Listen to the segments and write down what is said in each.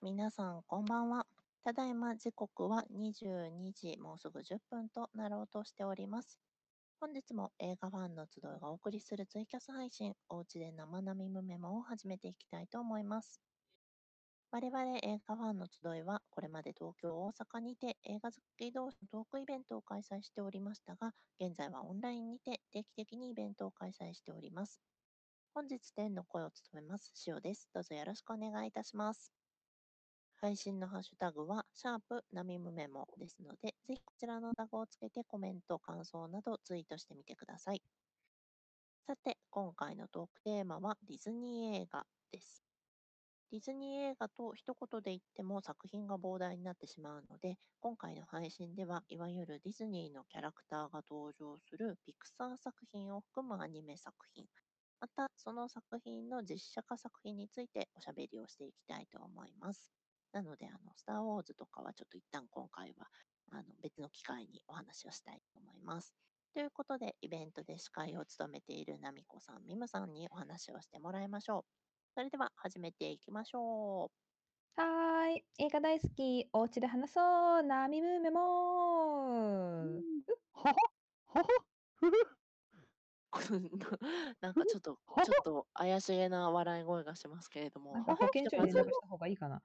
皆さん、こんばんは。ただいま時刻は22時、もうすぐ10分となろうとしております。本日も映画ファンの集いがお送りするツイキャス配信、おうちで生並みメモを始めていきたいと思います。我々映画ファンの集いは、これまで東京、大阪にて映画好き同士のトークイベントを開催しておりましたが、現在はオンラインにて定期的にイベントを開催しております。本日天の声を務めます、塩です。どうぞよろしくお願いいたします。配信のハッシュタグは、シャープナミムメモですので、ぜひこちらのタグをつけてコメント、感想などツイートしてみてください。さて、今回のトークテーマはディズニー映画です。ディズニー映画と一言で言っても作品が膨大になってしまうので、今回の配信では、いわゆるディズニーのキャラクターが登場するピクサー作品を含むアニメ作品、またその作品の実写化作品についておしゃべりをしていきたいと思います。なので、あの、スター・ウォーズとかはちょっと一旦今回は、あの、別の機会にお話をしたいと思います。ということで、イベントで司会を務めているナミコさん、ミムさんにお話をしてもらいましょう。それでは始めていきましょはーい、映画大好き、お家で話そう、ナミムメモう。ー。ははははふふ こんななんかちょっ と、ちょっと怪しげな笑い声がしますけれども。なんか保健所に連絡した方がいいかな。は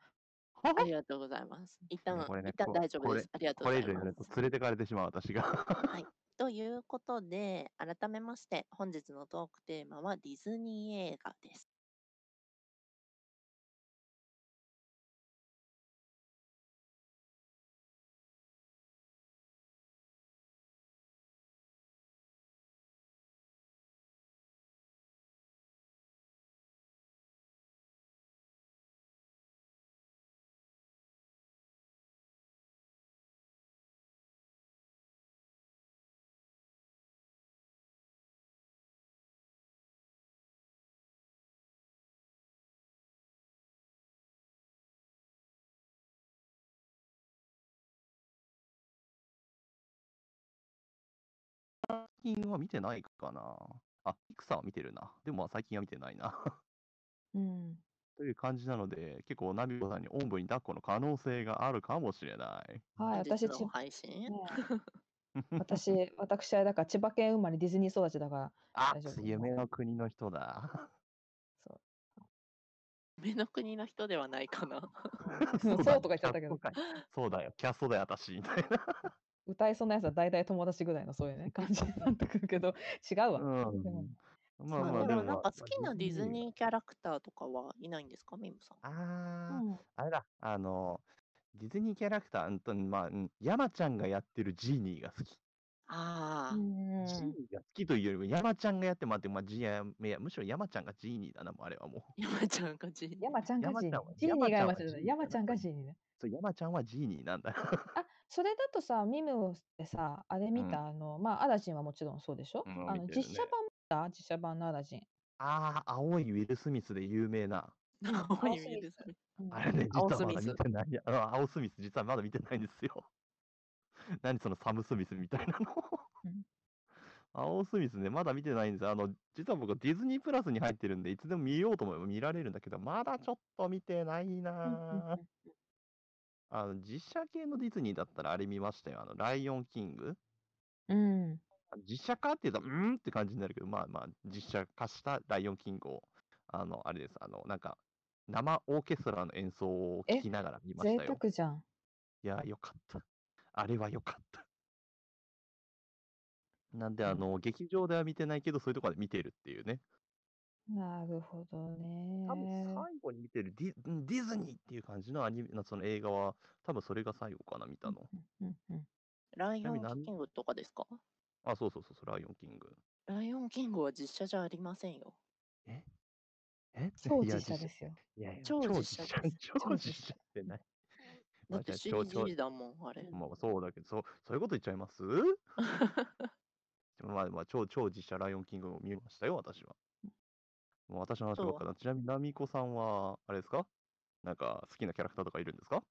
あは りがとうございます。一旦、これね一旦こ大丈夫です。ありがとうこござれい以上やまるとす。連れてかれてしまう私が。はい。ということで、改めまして、本日のトークテーマはディズニー映画です。 最近は見てないかな。あ、ピクサーは見てるな。でもまあ最近は見てないな。 うん。という感じなので、結構ナビコさんにおんぶに抱っこの可能性があるかもしれない。は本い、日私、のちね配信。え私、私はだから千葉県生まれディズニー育ちだから、 あ大丈夫、夢の国の人 だ。そう。目の国の人ではないかな。そうだとか言っちゃったけど。キャストかいそうだよ、キャストだよ、私。 みたいな。歌いそうなやつは大体友達ぐらいのそういうね、感じになってくるけど、違うわ。でもうん。 ままああまあ、ででもも、なんか好きなディズー。ニーキャラクターとかはいないんですか、ミムさん。あうー、んあれだ、あの、ディズニーキャラクター、うんと、まあ、うん山ちゃんがやってるジーニーが好き。ああ、うんジーニーが好きというよりも、山ちゃんがやってもらって、まあ、ジーや、いやむしろ山ちゃんがジーニーだな、もうあれ はもう。山ちゃんがジーニー山ちゃんが山ジーちニゃーんは。ジーニーが山山ちちゃんじゃんはゃない山ちゃんがジーニーね。そう、山ちゃんはジーニーなんだ。あ、それだとさ、ミムってさ、あれ見うんた、あの、まあ、アラジンはもちろんそうでしょ、うんあ見の、てる実写ね版見た実写版のアラジン。ああ、青いウィル・スミスで有名な。 青い青ウスィミルススミスうんあれね、実青はスまミだス見てないや。あ青スミス、実はまだ見てないんですよ。 何そのサム・スミスみたいなのうん。青スミスね、まだ見てないんですあの、実は僕、ディズニープラスに入ってるんで、いつでも見ようと思えば見られるんだけど、まだちょっと見てないなうんうんうぁんあの、実写系のディズニーだったらあれ見ましたよ。あの、ライオンキング。うん。実写化って言うと、うーんって感じになるけど、まあまあ、実写化したライオンキングを、あの、あれです、あの、なんか、生オーケストラの演奏をえ聴きながら見まし贅たよ。沢じゃん。いやー、よかった。あれはよかった。なんで、あうんの、劇場では見てないけど、そういうところで見てるっていうね。なるほどね多分最後に見てるディうんディズニーっていう感じのアニメ、なその映画は、多分それが最後かな、見たの。うん うんうんライなオみンになんキングとかですかあ、そうそうそうそう、ライオンキング。ライオンキングは実写じゃありませんよ。え超 いや実写ですよ。いやいや超超実実写写です、超超実実写ってない。だまっあてじゃあ超超 CG だもん、あれ。まあそうだけど、そうそういうこと言っちゃいますまあまあ超超実写ライオンキングを見ましたよ、私は。もう私の話ばっかだ。ちなみに、ナミコさんは、あれですかなんか好きなキャラクターとかいるんですか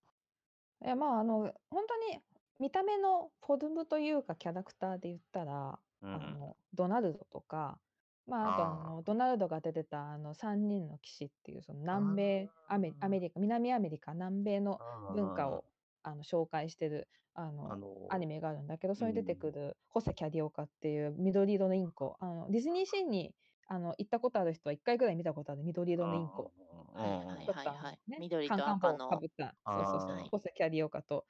いや、まあ、あの、本当に見た目のフォルムというか、キャラクターで言ったら、うあの、ドナルドとか、まあ、あとああーのドナルドが出てたあの3人の騎士っていうその南米アメアメリカ南アメリカ南米の文化をあの紹介してるああのー、あの、アニメがあるんだけどそれに出てうくんるホセ・キャディオカっていう緑色のインコあのディズニーシーにあの行ったことある人は1回ぐらい見たことある緑色のインコ。あー。はいあーはあいーちょっとあのはいね緑とカンカン赤帽をかのぶったあそうそうはそういホセ・キャディオカと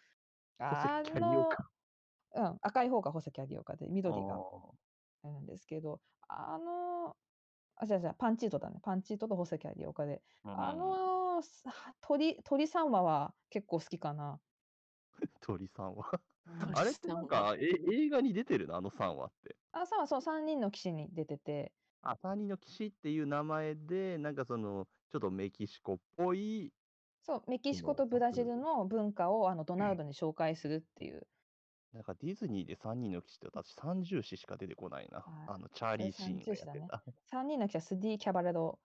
あホセキャリオのカ、うん、赤い方がホセ・キャディオカで緑がああれなんですけどあのあ違う違うパンチートだねパンチートとホセ・キャディオカでーあうんのすは鳥鳥さん話は結構好きかな。鳥さんは。 鳥あれってなんさんか、え映画に出てるのあの3話って。あさんはそう3人の騎士に出ててあ、3人の騎士っていう名前で、なんかその、ちょっとメキシコっぽい、そうメキシコそとのブラジうルんの文化をあのドナルドに紹介するっていう。なんかディズニーで3人の騎士って私30氏しか出てこないな。はいあの、チャーリーシーンがや30ってた。 3人の記者スディ・キャバレド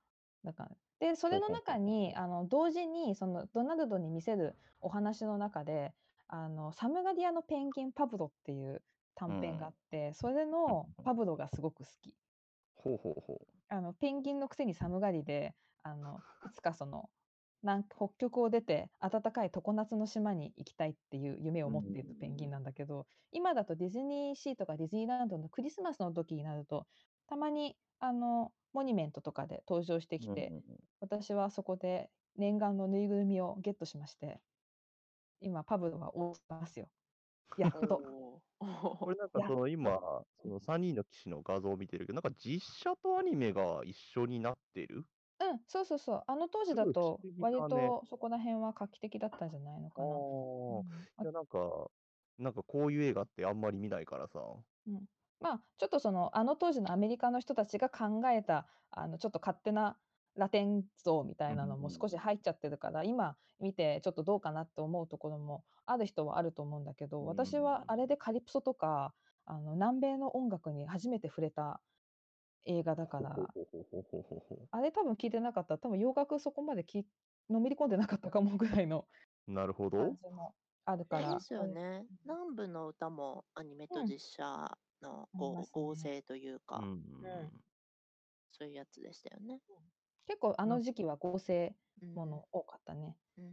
だからでそれのほうほうほう中にあの同時にそのドナルドに見せるお話の中であのサムガディアのペンギンパブロっていう短編があって、それのうんパブロがすごく好きほうほうほあのペンギンのくせに寒がりであのいつかその南北極を出て暖かい常夏の島に行きたいっていう夢を持っているペンギンなんだけど、今だとディズニーシーとかディズニーランドのクリスマスの時になるとたまにあのモニュメントとかで登場してう。きて、うん私はそこで念願のぬいぐるみをゲットしまして今パブロは応じますよや っと。おこーれなんかやっその今、その3人の騎士の画像を見てるけど、なんか実写とアニメが一緒になってるうん、そうそうそう。あの当時だすごい不と思議だね割とそこら辺は画期的だったんじゃないのかな。ーうんあいや、なんか、なんかこういう映画ってあんまり見ないからさ。まあちょっとそのあの当時のアメリカの人たちが考えたあのちょっと勝手なラテン像みたいなのもうん少し入っちゃってるから、今見てちょっとどうかなって思うところもある人はあると思うんだけど私はあれでカリプソとかあの南米の音楽に初めて触れた映画だからほうほうほうほうほうほうほあれ多分聞いてなかったら多分洋楽そこまできのめり込んでなかったかもぐらいのうなるほ感ど。じもあるあかれら。ですようんね。南部の歌もアニメとうん実写のり合,、ますね合成というか、うんそういうやつでしたよね。結構あなんの時期は合成うんもの多かったね。うん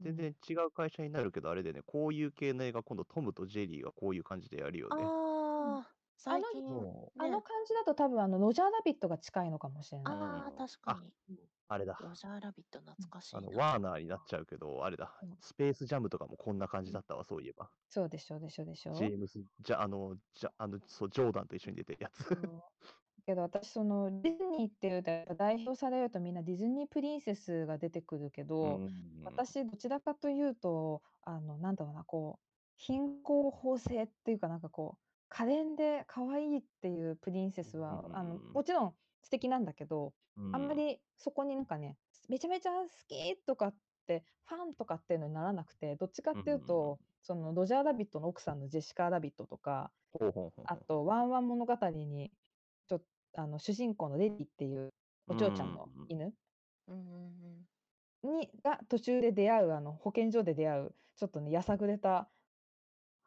全然違う会社になるけど、あれでね、こういう系の映画、今度トムとジェリーがこういう感じでやるよね。ああ、最近、そうあねの感じだと多分あのロジャーラビットが近いのかもしれない。ああ、確かに。あれだ。ロジャーラビット懐かしいあの、な。ワーナーになっちゃうけど、あれだうん。スペースジャムとかもこんな感じだったわ、そういえば。そうでしょうでしょうでしょう。ジェームス、じゃ、あの、じゃ、あの、そう、ジョーダンと一緒に出てるやつ。そうけど私そのディズニーっていうとやっぱ代表されるとみんなディズニープリンセスが出てくるけど、 うん私どちらかというとあのなんだろうなこう貧困法制っていうかなんかこう可憐で可愛いっていうプリンセスは、あのうんもちろん素敵なんだけど、あんま、りそこになんかね、めちゃめちゃ好きとかって、ファンとかっていうのにならなくて、どっちかっていううんうんうんと、そのロジャー・ラビットの奥さんのジェシカ・ラビットとか、ほうほうほうあと、ワンワン物語に、ちょあの主人公のレディっていうお嬢ちゃんのうんうんうん犬うんうんにが途中で出会う、あの保健所で出会う、ちょっとね、やさぐれた、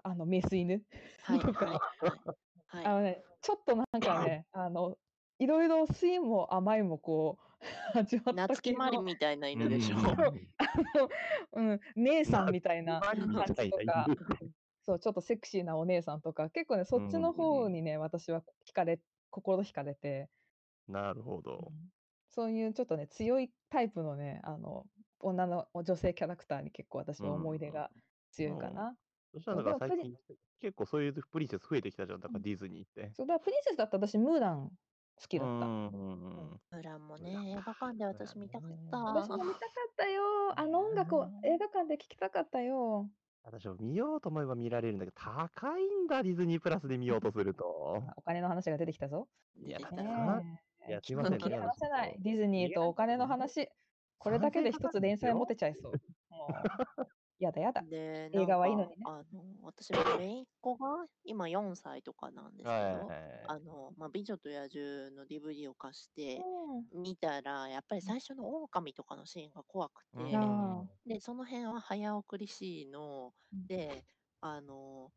あの、メス犬。うん。はいとかはいはい。あはいのね、ちょっとなんかね、あの、いろいろ酸いも甘いもこう、 味わった夏木系マリのみたいな犬うんでしょ。 うん、姉さんみたいな周りみ感たいじとなか犬、そう、ちょっとセクシーなお姉さんとか、結構ね、そっちの方にね、私は惹かれ、心惹かれて、なるほど。そういうちょっとね、強いタイプのね、あの、女の女性キャラクターに結構私は思い出が強いかうんな。そしたらなんかでも最プリ近、結構そういうプリンセス増えてきたじゃん、だうからんディズニーって。そう、だからプリンセスだったら私、ムーラン好きだった。うんうんうんブランもブランね、映画館で私見たかった。私も見たかったよ。あの音楽を映画館で聴きたかったよ。私も見ようと思えば見られるんだけど、高いんだ、ディズニープラスで見ようとすると。あお金の話が出てきたぞ。いや、出だてきたねえってさ、いやすいません切りね離せなあのいちょ。っとディズニーとお金の話。これだけで3000一つ連載持てちゃいそう。もう、やだやだ。で、映画はいいなんのにねかあの、私の姪っ子が今4歳とかなんですけど、はいはいはあの、まあ、美女と野獣の DVD を貸してうん見たら、やっぱり最初の狼とかのシーンが怖くて、い。なうんあで、その辺は早送りシーンのうん、で、あの、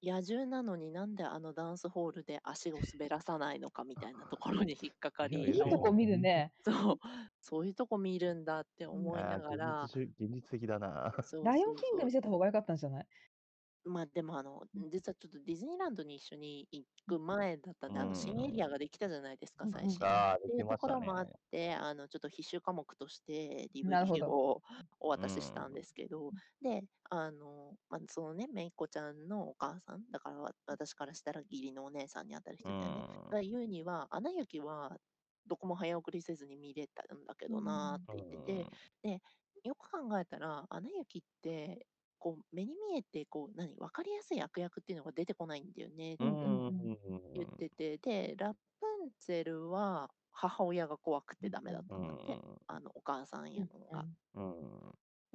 野獣なのになんであのダンスホールで足を滑らさないのかみたいなところに引っかかいりやいいとこ見るね。 そうそういうとこ見るんだって思いなあーがら現実主現実的だな。 そうライオそンうキング見そうせた方が良かったんじゃないまあでもあのうん実はちょっとディズニーランドに一緒に行く前だったんであうのん新エリアができたじゃないですかうん最新。うんああ、っでていうきとましこたろもあっね。て、あのちょっと必修科目としてなるほ DVD どをお渡ししたうんんですけど、で、あの、まあ、そのね、めいっ子ちゃんのお母さん、だからわ私からしたら義理のお姉さんにあたる人うだよね、ん。が言うには、アナ雪はどこも早送りせずに見れたんだけどなーって言ってて、よく考えたら、アナ雪って、こう目に見えてこう何分かりやすい悪役っていうのが出てこないんだよねうんうんうん言ってて、で、ラプンツェルは母親が怖くてダメだったんだって、あのお母さんやのが。うんうん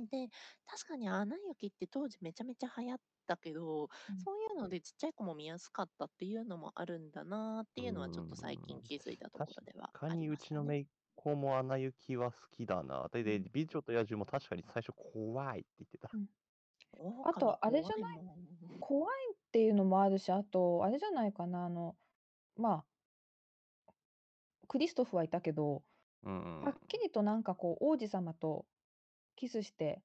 で、確かにアナ雪って当時めちゃめちゃ流行ったけど、うんそういうのでちっちゃい子も見やすかったっていうのもあるんだなっていうのはちょっと最近気づいたところでは確あかりにうましちたのね。めいっ子もアナ雪は好きだな。で、でうん美女と野獣も確かに最初怖いって言ってた。あ狼とあれじゃ怖いないも ん。怖いっていうのもあるしあとあれじゃないかなあのまあクリストフはいたけどうんはっきりとなんかこう王子様とキスして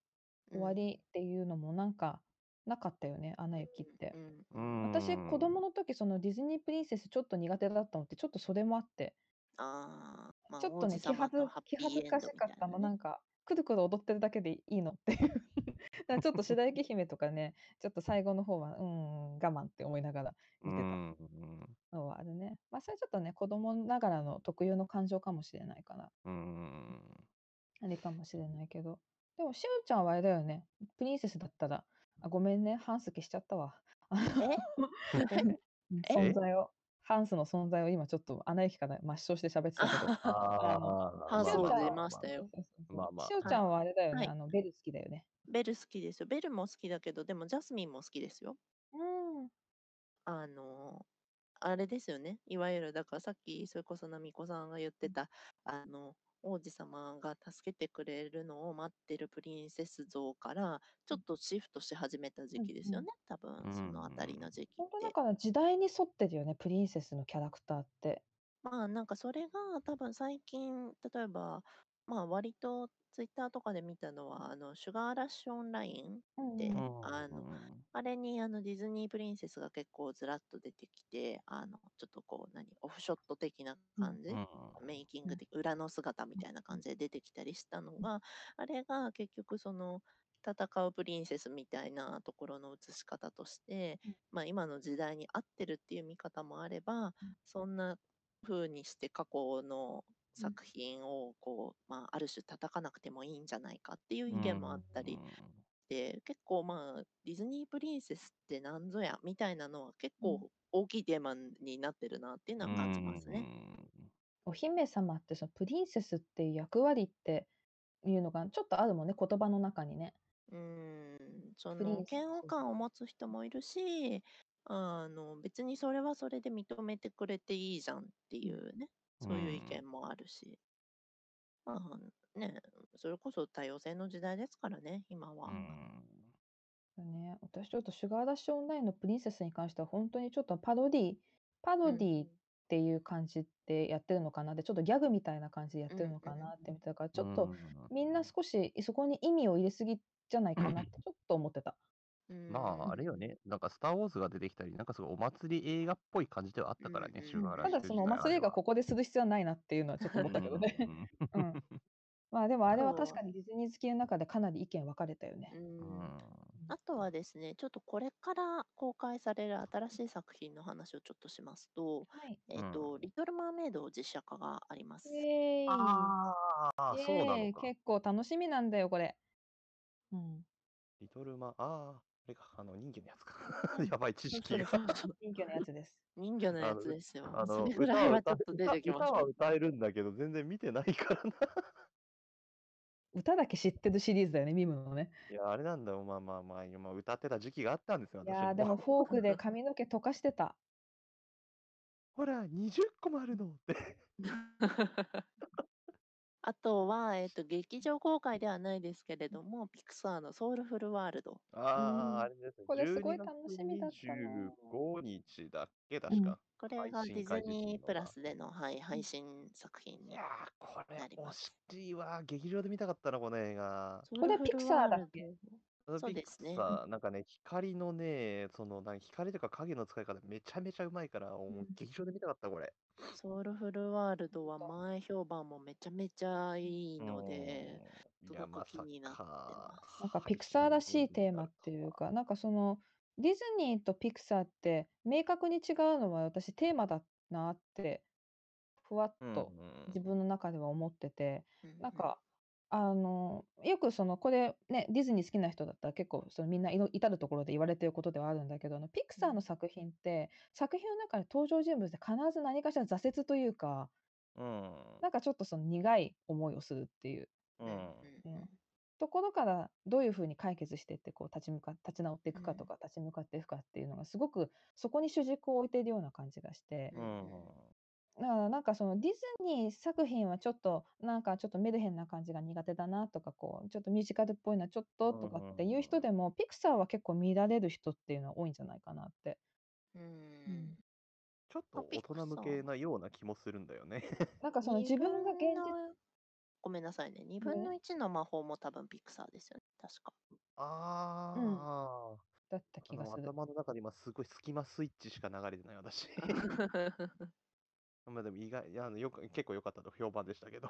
う終ん、わりっていうのもなんかなかったよね「アナ雪」ってう。ん、ううん。ん。私うん子供の時そのディズニープリンセスちょっと苦手だったのってちょっとそれもあってああ、まあちょっ王と子ね気様恥とずハッ気恥ピーエずンかドしみかったいたなのね。なんかくるくる踊ってるだけでいいのっていう だからちょっと白雪姫とかねちょっと最後の方はうーん我慢って思いながら見てたうんのはあるねまあそれちょっとね子供ながらの特有の感情かもしれないからうんあれかもしれないけどでもしゅうちゃんはあれだよねプリンセスだったらあごめんねハンス消しちゃったわあのえご めんうんえ存在をハンスの存在を今ちょっと穴行きから抹消して喋ってたけど あああのあ、ハンしスおをちゃん出はましたよ。そうそうそうまあまあしおちゃんはあれだよはね、い。あのベル好きだよね。ベル好きですよ。ベルも好きだけど、でもジャスミンも好きですよ。うん。あのー、あれですよね。いわゆる、だからさっき、それこそなみこさんが言ってた、あの、王子様が助けてくれるのを待ってるプリンセス像から、ちょっとシフトし始めた時期ですよね。多分、そのあたりの時期っ本当だて。から時代に沿ってるよね、プリンセスのキャラクターって。まあなんかそれが多分最近例えばまあ割とツイッターとかで見たのはあのシュガーラッシュオンラインうでんうん。あのあれにあのディズニープリンセスが結構ずらっと出てきてあのちょっとこう何オフショット的な感じ、メイキング的裏の姿みたいな感じで出てきたりしたのがあれが結局その戦うプリンセスみたいなところの映し方として、うんまあ、今の時代に合ってるっていう見方もあればうんそんな風にして過去のうん作品をこう、まあ、ある種叩かなくてもいいんじゃないかっていう意見もあったりして結構まあディズニープリンセスってなんぞやみたいなのは結うん構大きいテーマになってるなっていうのは感じますね。お姫様ってそのプリンセスっていう役割っていうのがちょっとあるもんね、言葉の中にね。うーん、そプリのンセ嫌悪ス。感を持つ人もいるし、あの別にそれはそれで認めてくれていいじゃんっていうね、そういう意見もあるし、まあね、それこそ多様性の時代ですからね、今は。ね、私ちょっとシュガーダッシュオンラインのプリンセスに関しては本当にちょっとパロディパうロデん、ィっていう感じでやってるのかなでちょっとギャグみたいな感じでやっうてるん、のうかん。なって見てたからちょっとみんな少しそこに意味を入れすぎじゃないかなってちょっと思ってた。うまんあ、あれよね。なんか、スター・ウォーズが出てきたり、なんかすごいお祭り映画っぽい感じではあったからうんね、うんシうュんガーラたッシだュそ自のお体あ祭れりがは。ここでする必要はないなっていうのはちょっと思ったけどね。うんまあでもあれは確そかにディズニー好きの中でかなり意見分かれたよう、ね。う。うんんあとはですね、ちょっとこれから公開される新しい作品の話をちょっとしますと、はい。えっ、うんと、リトル・マーメイド実写化があります。イエーああ、イそイエうなーのイか。結構楽しみなんだよこれ。うんリトルマ、ああ、あれか、あの人魚のやつか。うんやばい、知そう識でが。す、そうです。人魚のやつです。人魚のやあのつですよ。あそのれぐ歌らいははち歌ょっと出歌てきま歌しはょう。歌えるんだけど、全然見てないからな。歌だけ知ってるシリーズだよね、ミムのね。いや、あれなんだよ。まあまあまあ、今歌ってた時期があったんですよ、い私やー、でもも。フォーク で髪の毛溶かしてた。ほら、20個もあるのって。 あとは、えっと、劇場公開ではないですけれども、ピクサーのソウルフルワールド。あうんあ、あれですね。これすごい楽しみだったな15日だっけ、確か。これが配デ信ィ会ズできるのがニープラスでの、はい、配信作品いにやー。、これなりま惜すしいわ。劇場で見たかったな、この映画。ソウこれルフルピクサーだワっけルそそううでですすねね。なんかね、光のね、その、なんか光とか影の使い方めちゃめちゃうまいから、もううん劇場で見たかった、これ。ドソウルフルワールドは前評判もめちゃめちゃいいので、すうん、いごや、くま気さになってまか。なんかピクサーらしいテーマっていうか、なんかそのディズニーとピクサーって明確に違うのは私テーマだなってふわっうん、とうん自分の中では思ってて、うなん、かあのよくそのこれねディズニー好きな人だったら結構そのみんないろ至るところで言われてることではあるんだけどあのピクサーの作品って作品の中で登場人物で必ず何かしら挫折というかうん。なんかちょっとその苦い思いをするっていううん。うんうんところからどういうふうに解決していってこう立ち向か立ち直っていくかうとんか立ち向かっていくかっていうのがすごくそこに主軸を置いているような感じがしてううんん。だからなんかそのディズニー作品はちょっとなんかちょっとメルヘンな感じが苦手だなとかこうちょっとミュージカルっぽいなちょっととかっていう人でもピクサーは結構見られる人っていうのは多いんじゃないかなって。うんうんちょっと大人向けなような気もするんだよね。 なんかその二自分が現分の実ごめんなさいね。2分の1の魔法も多分ピクサーですよね。確か。ああ、だった気あがのする。頭の中で今すごい隙間スイッチしか流れてない私。 まあでも意外いやあのよく結構良かったと評判でしたけど。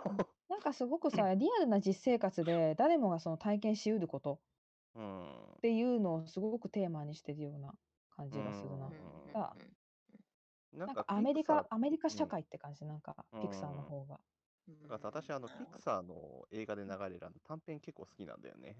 なんかすごくさリアルな実生活で誰もがその体験しうること うん。っていうのをすごくテーマにしてるような感じがするうんなうん。あうんななんかアメリカ、アメリカ社うん会って感じ、なんかピクサーのうん方が。うんだから私あのなピるほクどサーの映画で流れるあの短編結構好きなんだよね。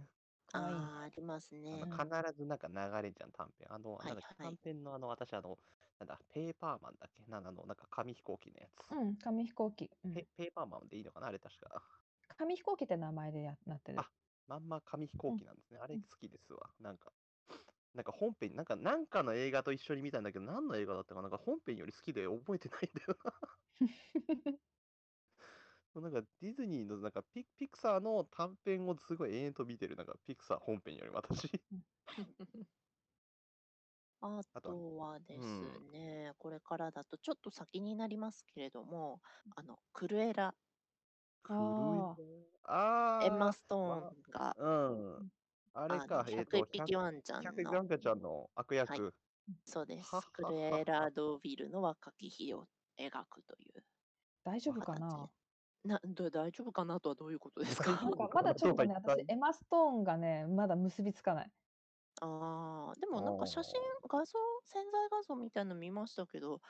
可愛いあーありますあねの。うん必ずなんか流れじゃん短編。あのはいなんだっけはい短編のあの私あのなんだペーパーマンだっけなんだあのなんか紙飛行機のやつ。うん、紙飛行機。うんペペーパーマンでいいのかなあれ確か。紙飛行機って名前でやなってるあ。まんま紙飛行機なんですね。あれうん好きですわ。なんか、なんか本編、なんか、なんかの映画と一緒に見たんだけど、何の映画だったかななんか本編より好きで覚えてないんだよな。そうなんかディズニーのなんかピピクサーの短編をすごい延々と見てる、なんかピクサー本編より私。ああとはとはですうんね、これからだとちょっと先になりますけれども、あのクルエラ、あークルエあーエマ・ストーンが、うん。あれあのか、えっと、 101匹ワンちゃん100の、ガンちゃんの悪役。はいそうですはっはっはっ。クルエラ・ドーヴィルの若き日を描くという。大丈夫か二十ななど大丈夫かなとはどういうことです大か丈 なんか夫かまだなちょっとね、と私は言っ、たエマ・ストーンがね、まだ結びつかない。ああ、でもなんか写真あ、画像、潜在画像みたいなの見ましたけど、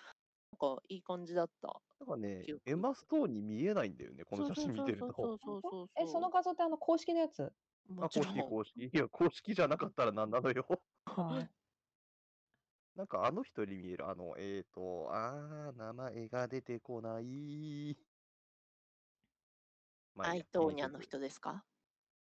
なんかいい感じだった。なんかね記憶、エマ・ストーンに見えないんだよね、この写真見てるそと。うそうそうそうそうそうえ、その画像ってあの公式の やつもあ、ち公ろん式、公式。いや、公式じゃなかったら何なのよ。はい。なんかあの人に見える、あの、えーと、あー、名前が出てこない。 まあアいイいやトーニャ。ものう一つ人ですか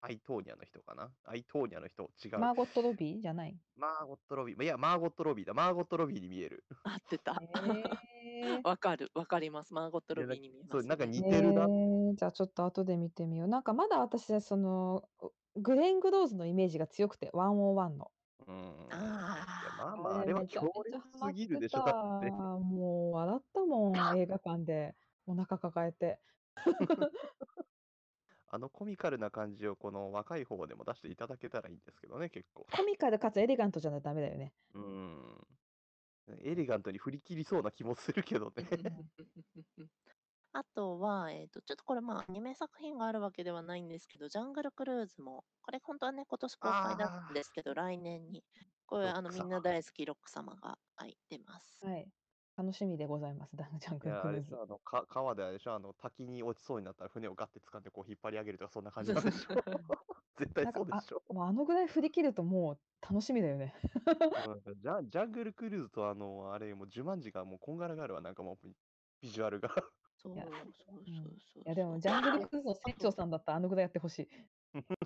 アイトーニャの人かなアイトーニャの人、違う。マーゴット・ロビーじゃない。マーゴット・ロビー。いや、マーゴット・ロビーだ。マーゴット・ロビーに見える。 合ってた。 えーわかる、わかります。マーゴット・ロビーに見えます、そう、なんかに。似てるなえ。ーじゃあちょっと後で見てみよう。なんかまだ私、その、グレン・グローズのイメージが強くて、101の。うん。いあやまああ、まあ、あれはめちゃ強めちゃ烈ハマすっぎるてでしたょ、だって。もう笑ったも ん、映画館で。お腹抱えて。 あのコミカルな感じを、この若い方でも出していただけたらいいんですけどね、結 構。コミカルかつエレガントじゃダメだよね。うん。エレガントに振り切りそうな気もするけどね。 あとは、えっ、と、ちょっとこれまあ、アニメ作品があるわけではないんですけど、ジャングルクルーズも、これ本当はね、今年公開だったんですけど、来年に、これ、ロッあの、クみ様んな大好きロック様が入ってます。はい。楽しみでございます、ダンジャンいグルや、クあルれーでしズょ、。あの、か川であれでしょ、あの、滝に落ちそうになったら船をガッて掴んでこう引っ張り上げるとか、そんな感じなん でしょ。 絶対なんかそうであしょ。もうあのぐらい振り切るともう楽しみだよね。うんジャンジャングルクルーズとあの、あれ、もうジュマンジがもうこんがらがるわ、なんかもうビジュアルが。そういやそうそううんそうそう。いやでもジャングルクルーズの船長さん。 んだったらあのぐらいやってほしい。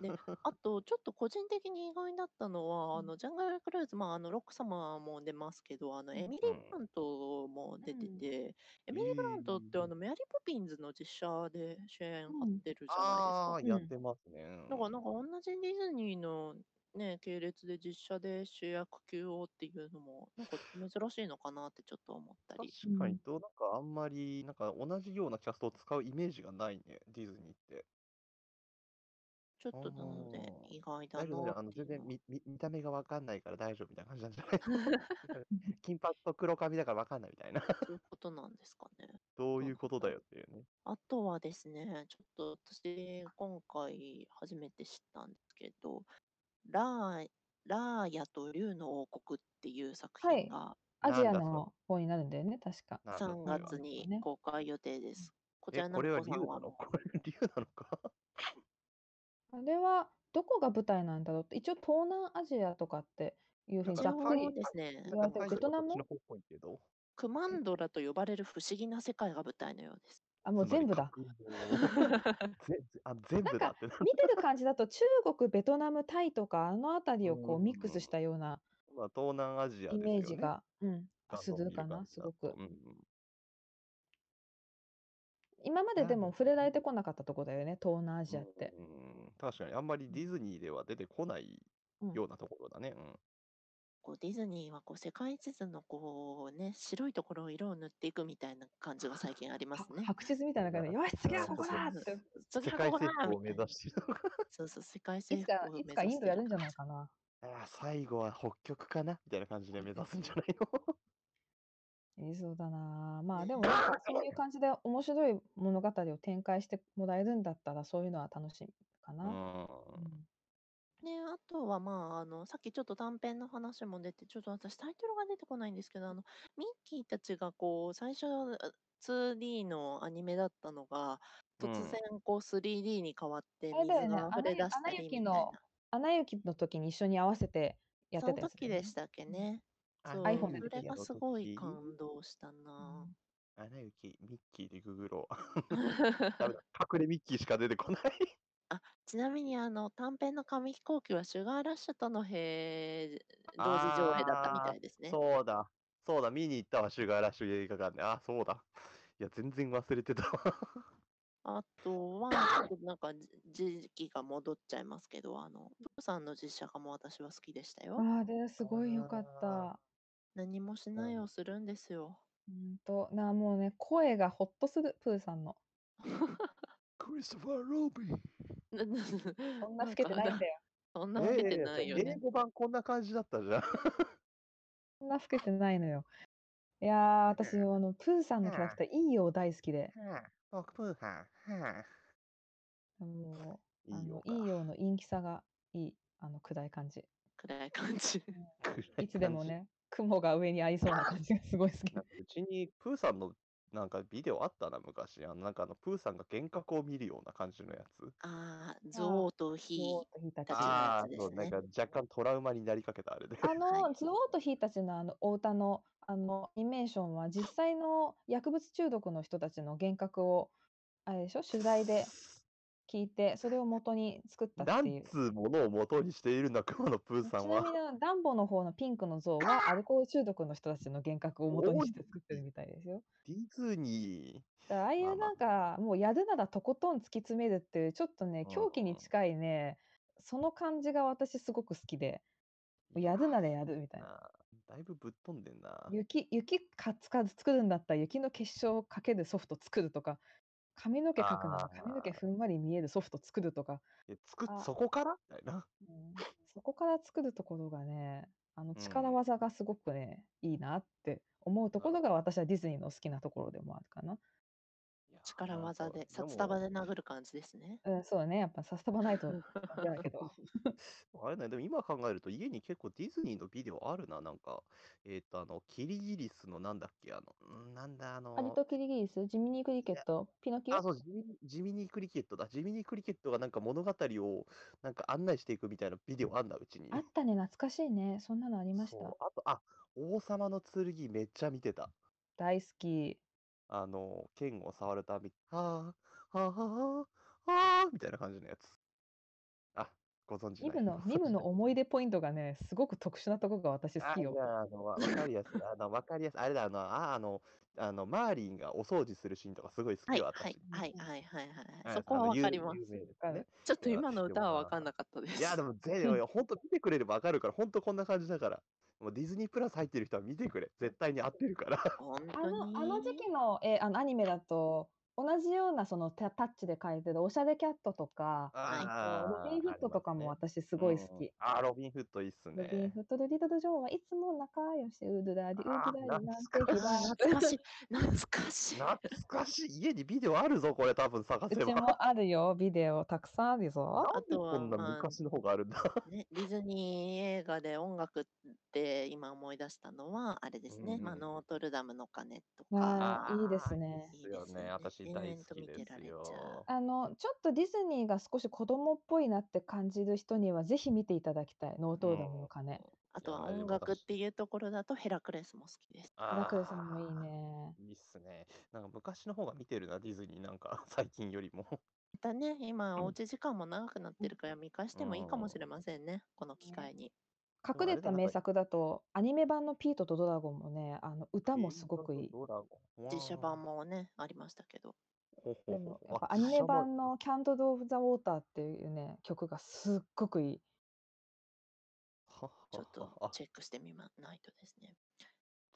で、あと、ちょっと個人的に意外だったのは、あの、ジャンガルクルーズ、まあ、あの、ロック様も出ますけど、あの、うんエミリー・ブラントも出てうんて、エミリー・ブラントって、あの、メアリー・ポピンズの実写で主演張ってるじゃなあ いですか。いあ、ですかやってますね。だから、なんか、同じディズニーの、ね、系列で実写で主役級をっていうのも、なんか珍しいのかなってちょっと思ったり。確かにと、なんかあんまり、なんか同じようなキャストを使うイメージがないね、ディズニーって。ちょっとなのであー意外だな大丈夫、大丈夫。あっの、ていうの全然は見見見た目がわかんないから大丈夫みたいな感じなんじゃない 金髪と黒髪だからわかんないみたいな。 そういうことなんですかね。どういうことだよっ ていうね。あとはですね、ちょっと私今回初めて知ったんですけど、ラーラーヤと竜の王国っていう作はい品がアジアなんだその方になるんだよね、確か。なんだ3それは月にね公開予定です。こちえら、のこれは子さ竜なんはの これ竜なの かあれはどこが舞台なんだろうって、一応東南アジアとかっていうふうになんざか一応っくりタイですね、言われてる大したベトナムこっちの方っぽいけど。クマンドラと呼ばれる不思議な世界が舞台のようです。あ、もうつま全り部 だ。架空のぜぜあ全部だって な。見てる感じだと中国、ベトナム、タイとかあの辺りをこううんミックスしたようなまあ、東南アジアイですよね。メージが、うん、あガンすダるム見るかな感、じすだごとくう。んうん今まででなもん触れられてこなかったとこだよね、東南アジアって。うん確かに、あんまりディズニーでは出てこないうんようなところだね。うんこうディズニーはこう世界地図のこう、ね、白いところを色を塗っていくみたいな感じが最近ありまはすね。白地図みたいな感じで、よし、次はここだそうっそうて。そう世次は界ここ征だ服をみたい目指なしてるのか。 そうそう、世界い征つか服を、目い指つかインドやるんじゃいないかな。あー最後は北極かなみたいな感じで目指すんじゃないのやりそうだなあ。まあねでもなんかそういう感じで面白い物語を展開してもらえるんだったらそういうのは楽しみかうな。んうんね、あとは、まあ、あの、さっきちょっと短編の話も出て、ちょっと私タイトルが出てこないんですけど、あの、ミッキーたちがこう、最初、あ 2D のアニメだったのが、うん突然こう 3D に変わって、あれだよ水ねが溢れ出しアナた雪りみたいなの。アナ雪の時に一緒に合わせてやっそてのたやつだ時よね、でしたっけね。あそう、 iPhone のそれ時がのすごい時感動したなうんアナ雪、ミッキーでググろう。 ぁ。ダメだ、隠れミッキーしか出てこない。 ちなみにあの短編の紙飛行機はシュガーラッシュとの並同時上映だったみたいですね。そうだ、そうだ、見に行ったわ、シュガーラッシュ映画館で。あ、そうだ。いや、全然忘れてたわ。あとは、ちょっとなんかじ時期が戻っちゃいますけど、あの、プーさんの実写化も私は好きでしたよ。ああ、ですごいよかった。何もしないをするんですよ。うんと、なあもうね、声がほっとする、プーさんの。クリストファー・ロービー。そん そんな老けてないんだよ。 そんなえ老けてないよ英ね。語版こんな感じだったじゃん。そんな老けてないのよ。いやー、私、あの、プーさんのうんキャラクター、いいよ、大好きで。僕プーハン。はもう、あ いいよのか。いいよの陰気さがいい、あの、暗い感じ。暗い感じ。暗いつでもね、雲が上に合いそうな感じがすごい好きなん。かうちにプーさんのなんかビデオあったな、昔。あのなんかあのプーさんが幻覚を見るような感じのやつ。 ああ、ゾウと ヒゾウとヒイタチたちのやあつあー、でそう、すなねんか若干トラウマになりかけたあれで。あはの、いズオーとヒイタチのあのお歌のあのアニメーションは実際の薬物中毒の人たちの幻覚をあれでしょ取材で聞いてそれを元に作ったっな。ていうんつうものを元にしているんだ、今のプーちさなんみには。あのダンボの方のピンクの像はアルコール中毒の人たちの幻覚を元においして作ってるみたいですよ。ディズニだからああいまあうまあなんかもうやるならとことん突き詰めるっていうちょっとねうん狂気に近いねその感じが私すごく好きでー。やるならいやるみたいやな。あだいぶぶっ飛んでんな。雪、雪かつか作るんだったら雪の結晶をかけるソフト作るとか、髪の毛描くならあー髪の毛ふんわり見えるソフト作るとか、え作っあそこからみたいな。 うんそこから作るところがね、あのん力技がすごくね、いいなって思うところが私はディズニーの好きなところでもあるかな。いやー力なん技かで、も札束で殴る感じですね。うん、そうね、やっぱさせばないとダメだけど。 あれね、でも今考えると家に結構ディズニーのビデオあるな、なんか、えっ、と、あの、キリギリスのなんだっけ、あの、んなんだ、あの、アリとキリギリス、ジミニークリケット、ピノキあ、オそう、ジミニジミニークリケットだ。ジミニークリケットがなんか物語をなんか案内していくみたいなビデオあんな、うちに。あったね、懐かしいね。そんなのありましそたう。あと、あ、王様の剣めっちゃ見てた。大好き。あの、剣を触るたび、はあ、はあ、はあ、はあ、みたいな感じのやつ。ご存知ニムの、ニムの思い出ポイントがね、すごく特殊なとこが私好あきいやよ。あの、わわかりやすい。あの、わかりやすい。あれだ、あの、あ、あの、あの、マーリンがお掃除するシーンとかすごい好はきいよ、はい私。はいはいはいはうい。んそこはあのわ有かります。有名ですわかねるちょっといや今のでも歌はまあわかんなかったでいや、すで。も、ぜ、いや、ほんと見てくれればわかるから、ほんとこんな感じだから。もうディズニープラス入ってる人は見てくれ。絶対に合ってるから。 本あ当の、にあの時期の、えーあのアニメだと、同じようなそのタタッチで描いてる、おしゃれキャットとか、いあとロビンフットとかもあり私すますねごい好うき。んあー、ロビンフットいいっすロビンね。フット・ドリルド・ジョーはいつも仲良し、ウードダディ、ウーあドーダディ、なんてう日わは。懐かしい。懐かしい。懐かしい。家にビデオあるぞ、これ多分探うせち ば。もあるよ、ビデオ、たくさんあるぞ。なんでとはこんなまあ昔の方があるんだ。 ね、ディズニー映画で音楽って今思い出したのは、あれですね、まあ、うんノートルダムの鐘とわあ、か、いいですーね。いいっすよいいですねね。私延大々好とき見てられですちゃうよ。あの、ちょっとディズニーが少し子供っぽいなって感じる人には、ぜひ見ていただきたい。ノートルダムの鐘。あとはいやーで音も楽っ私ていうところだとヘラクレスも好きです。ヘラクレスもいいあね。ーいいっすね。なんか昔の方が見てるな、ディズニーなんか、 最近よりも。またね、今うんおうち時間も長くなってるから見返してもいいかもしれませんね、この機ね会に。隠もあれれでたなんか名作だと、アニメ版のピートとドラゴンもね、あの歌もすごくいい。ドラゴン。実写版もね、ありましたけど。ほほでほもほ。やっあぱアニメ。実写版の「キャンドル・オブ・ザ・ウォーター」っていうね曲がすっごくいい。はちょはっと はあ、チェックしてみまないとですね。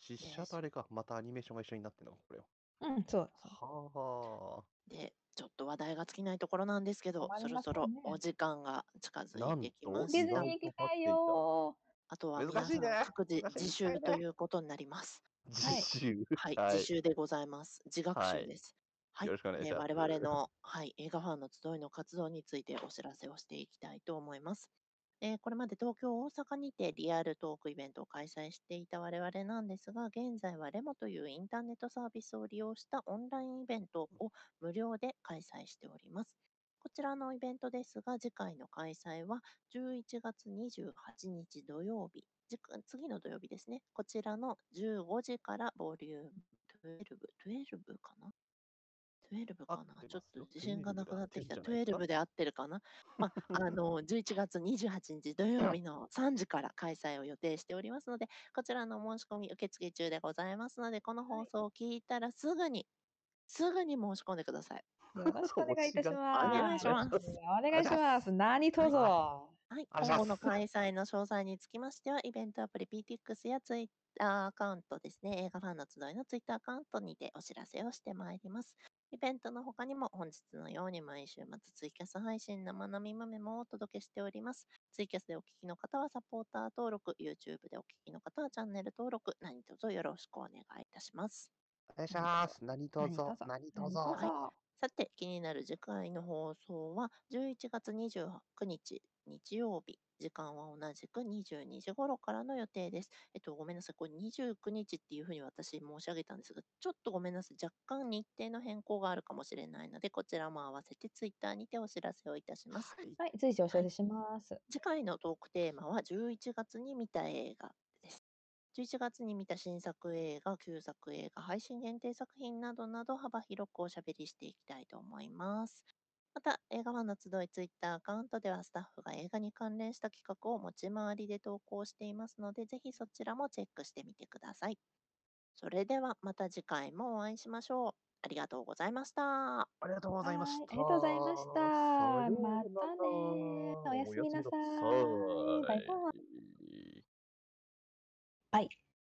実写とあれか。またアニメーションが一緒になってんのか、これは。うん、そう。はで、ちょっと話題が尽きないところなんですけど、困そりろまそせんろねお時間が近づないんてきとまデデしィズたなん。ニー行きたい意外とよあとは難皆しさいんね各自難しい自難し習いねということになり ます。ー。はい自習。はい、はい自習でございます。自学は習いです。はい、よろしくお願いえしーます。我々の、はい、映画ファンの集いの活動についてお知らせをしていきたいと思います。えーこれまで東京、大阪にてリアルトークイベントを開催していた我々なんですが、現在はレモというインターネットサービスを利用したオンラインイベントを無料で開催しております。こちらのイベントですが、次回の開催は11月28日土曜日、次回次の土曜日ですね、こちらの15時からボリューム12、12かな ?12 合かっなてちょっますとよ自信がなくなってきた。 12で合ってる12で合ってるんじゃないですかかなま あ、あの、11月28日土曜日の3時から開催を予定しておりますので、こちらの申し込み受付中でございますので、この放送を聞いたらすぐに、すぐに申し込んでください。よろしくお願いいたします。お願いしますお願いします。何とぞ。はい、お願いし今後まのす開催の詳細につきましては、イベントアプリ PTX や Twitter アカウントですね、映画ファンの集いの Twitter アカウントにてお知らせをしてまいります。イベントの他にも本日のように毎週末ツイキャス配信生並みメモをお届けしております。ツイキャスでお聞きの方はサポーター登録、YouTube でお聞きの方はチャンネル登録、何卒よろしくお願いいたします。お願いします。何とぞ。何とぞ。何さて、気になる次回の放送は、11月29日、日曜日。時間は同じく22時頃からの予定です。えっと、ごめんなさい。これ29日っていうふうに私申し上げたんですが、ちょっとごめんなさい。若干日程の変更があるかもしれないので、こちらも合わせてツイッターにてお知らせをいたします。はいはい、随時お知らせします。次回のトークテーマは11月に見た映画です。11月に見た新作映画、旧作映画、配信限定作品などなど幅広くおしゃべりしていきたいと思います。また、映画ファンの集いツイッターアカウントではスタッフが映画に関連した企画を持ち回りで投稿していますので、ぜひそちらもチェックしてみてください。それではまた次回もお会いしましょう。ありがとうございました。ありがとうございましはいた。ありがとうございましたさようまならたねおやすみなさいおやすみなさいバイバイ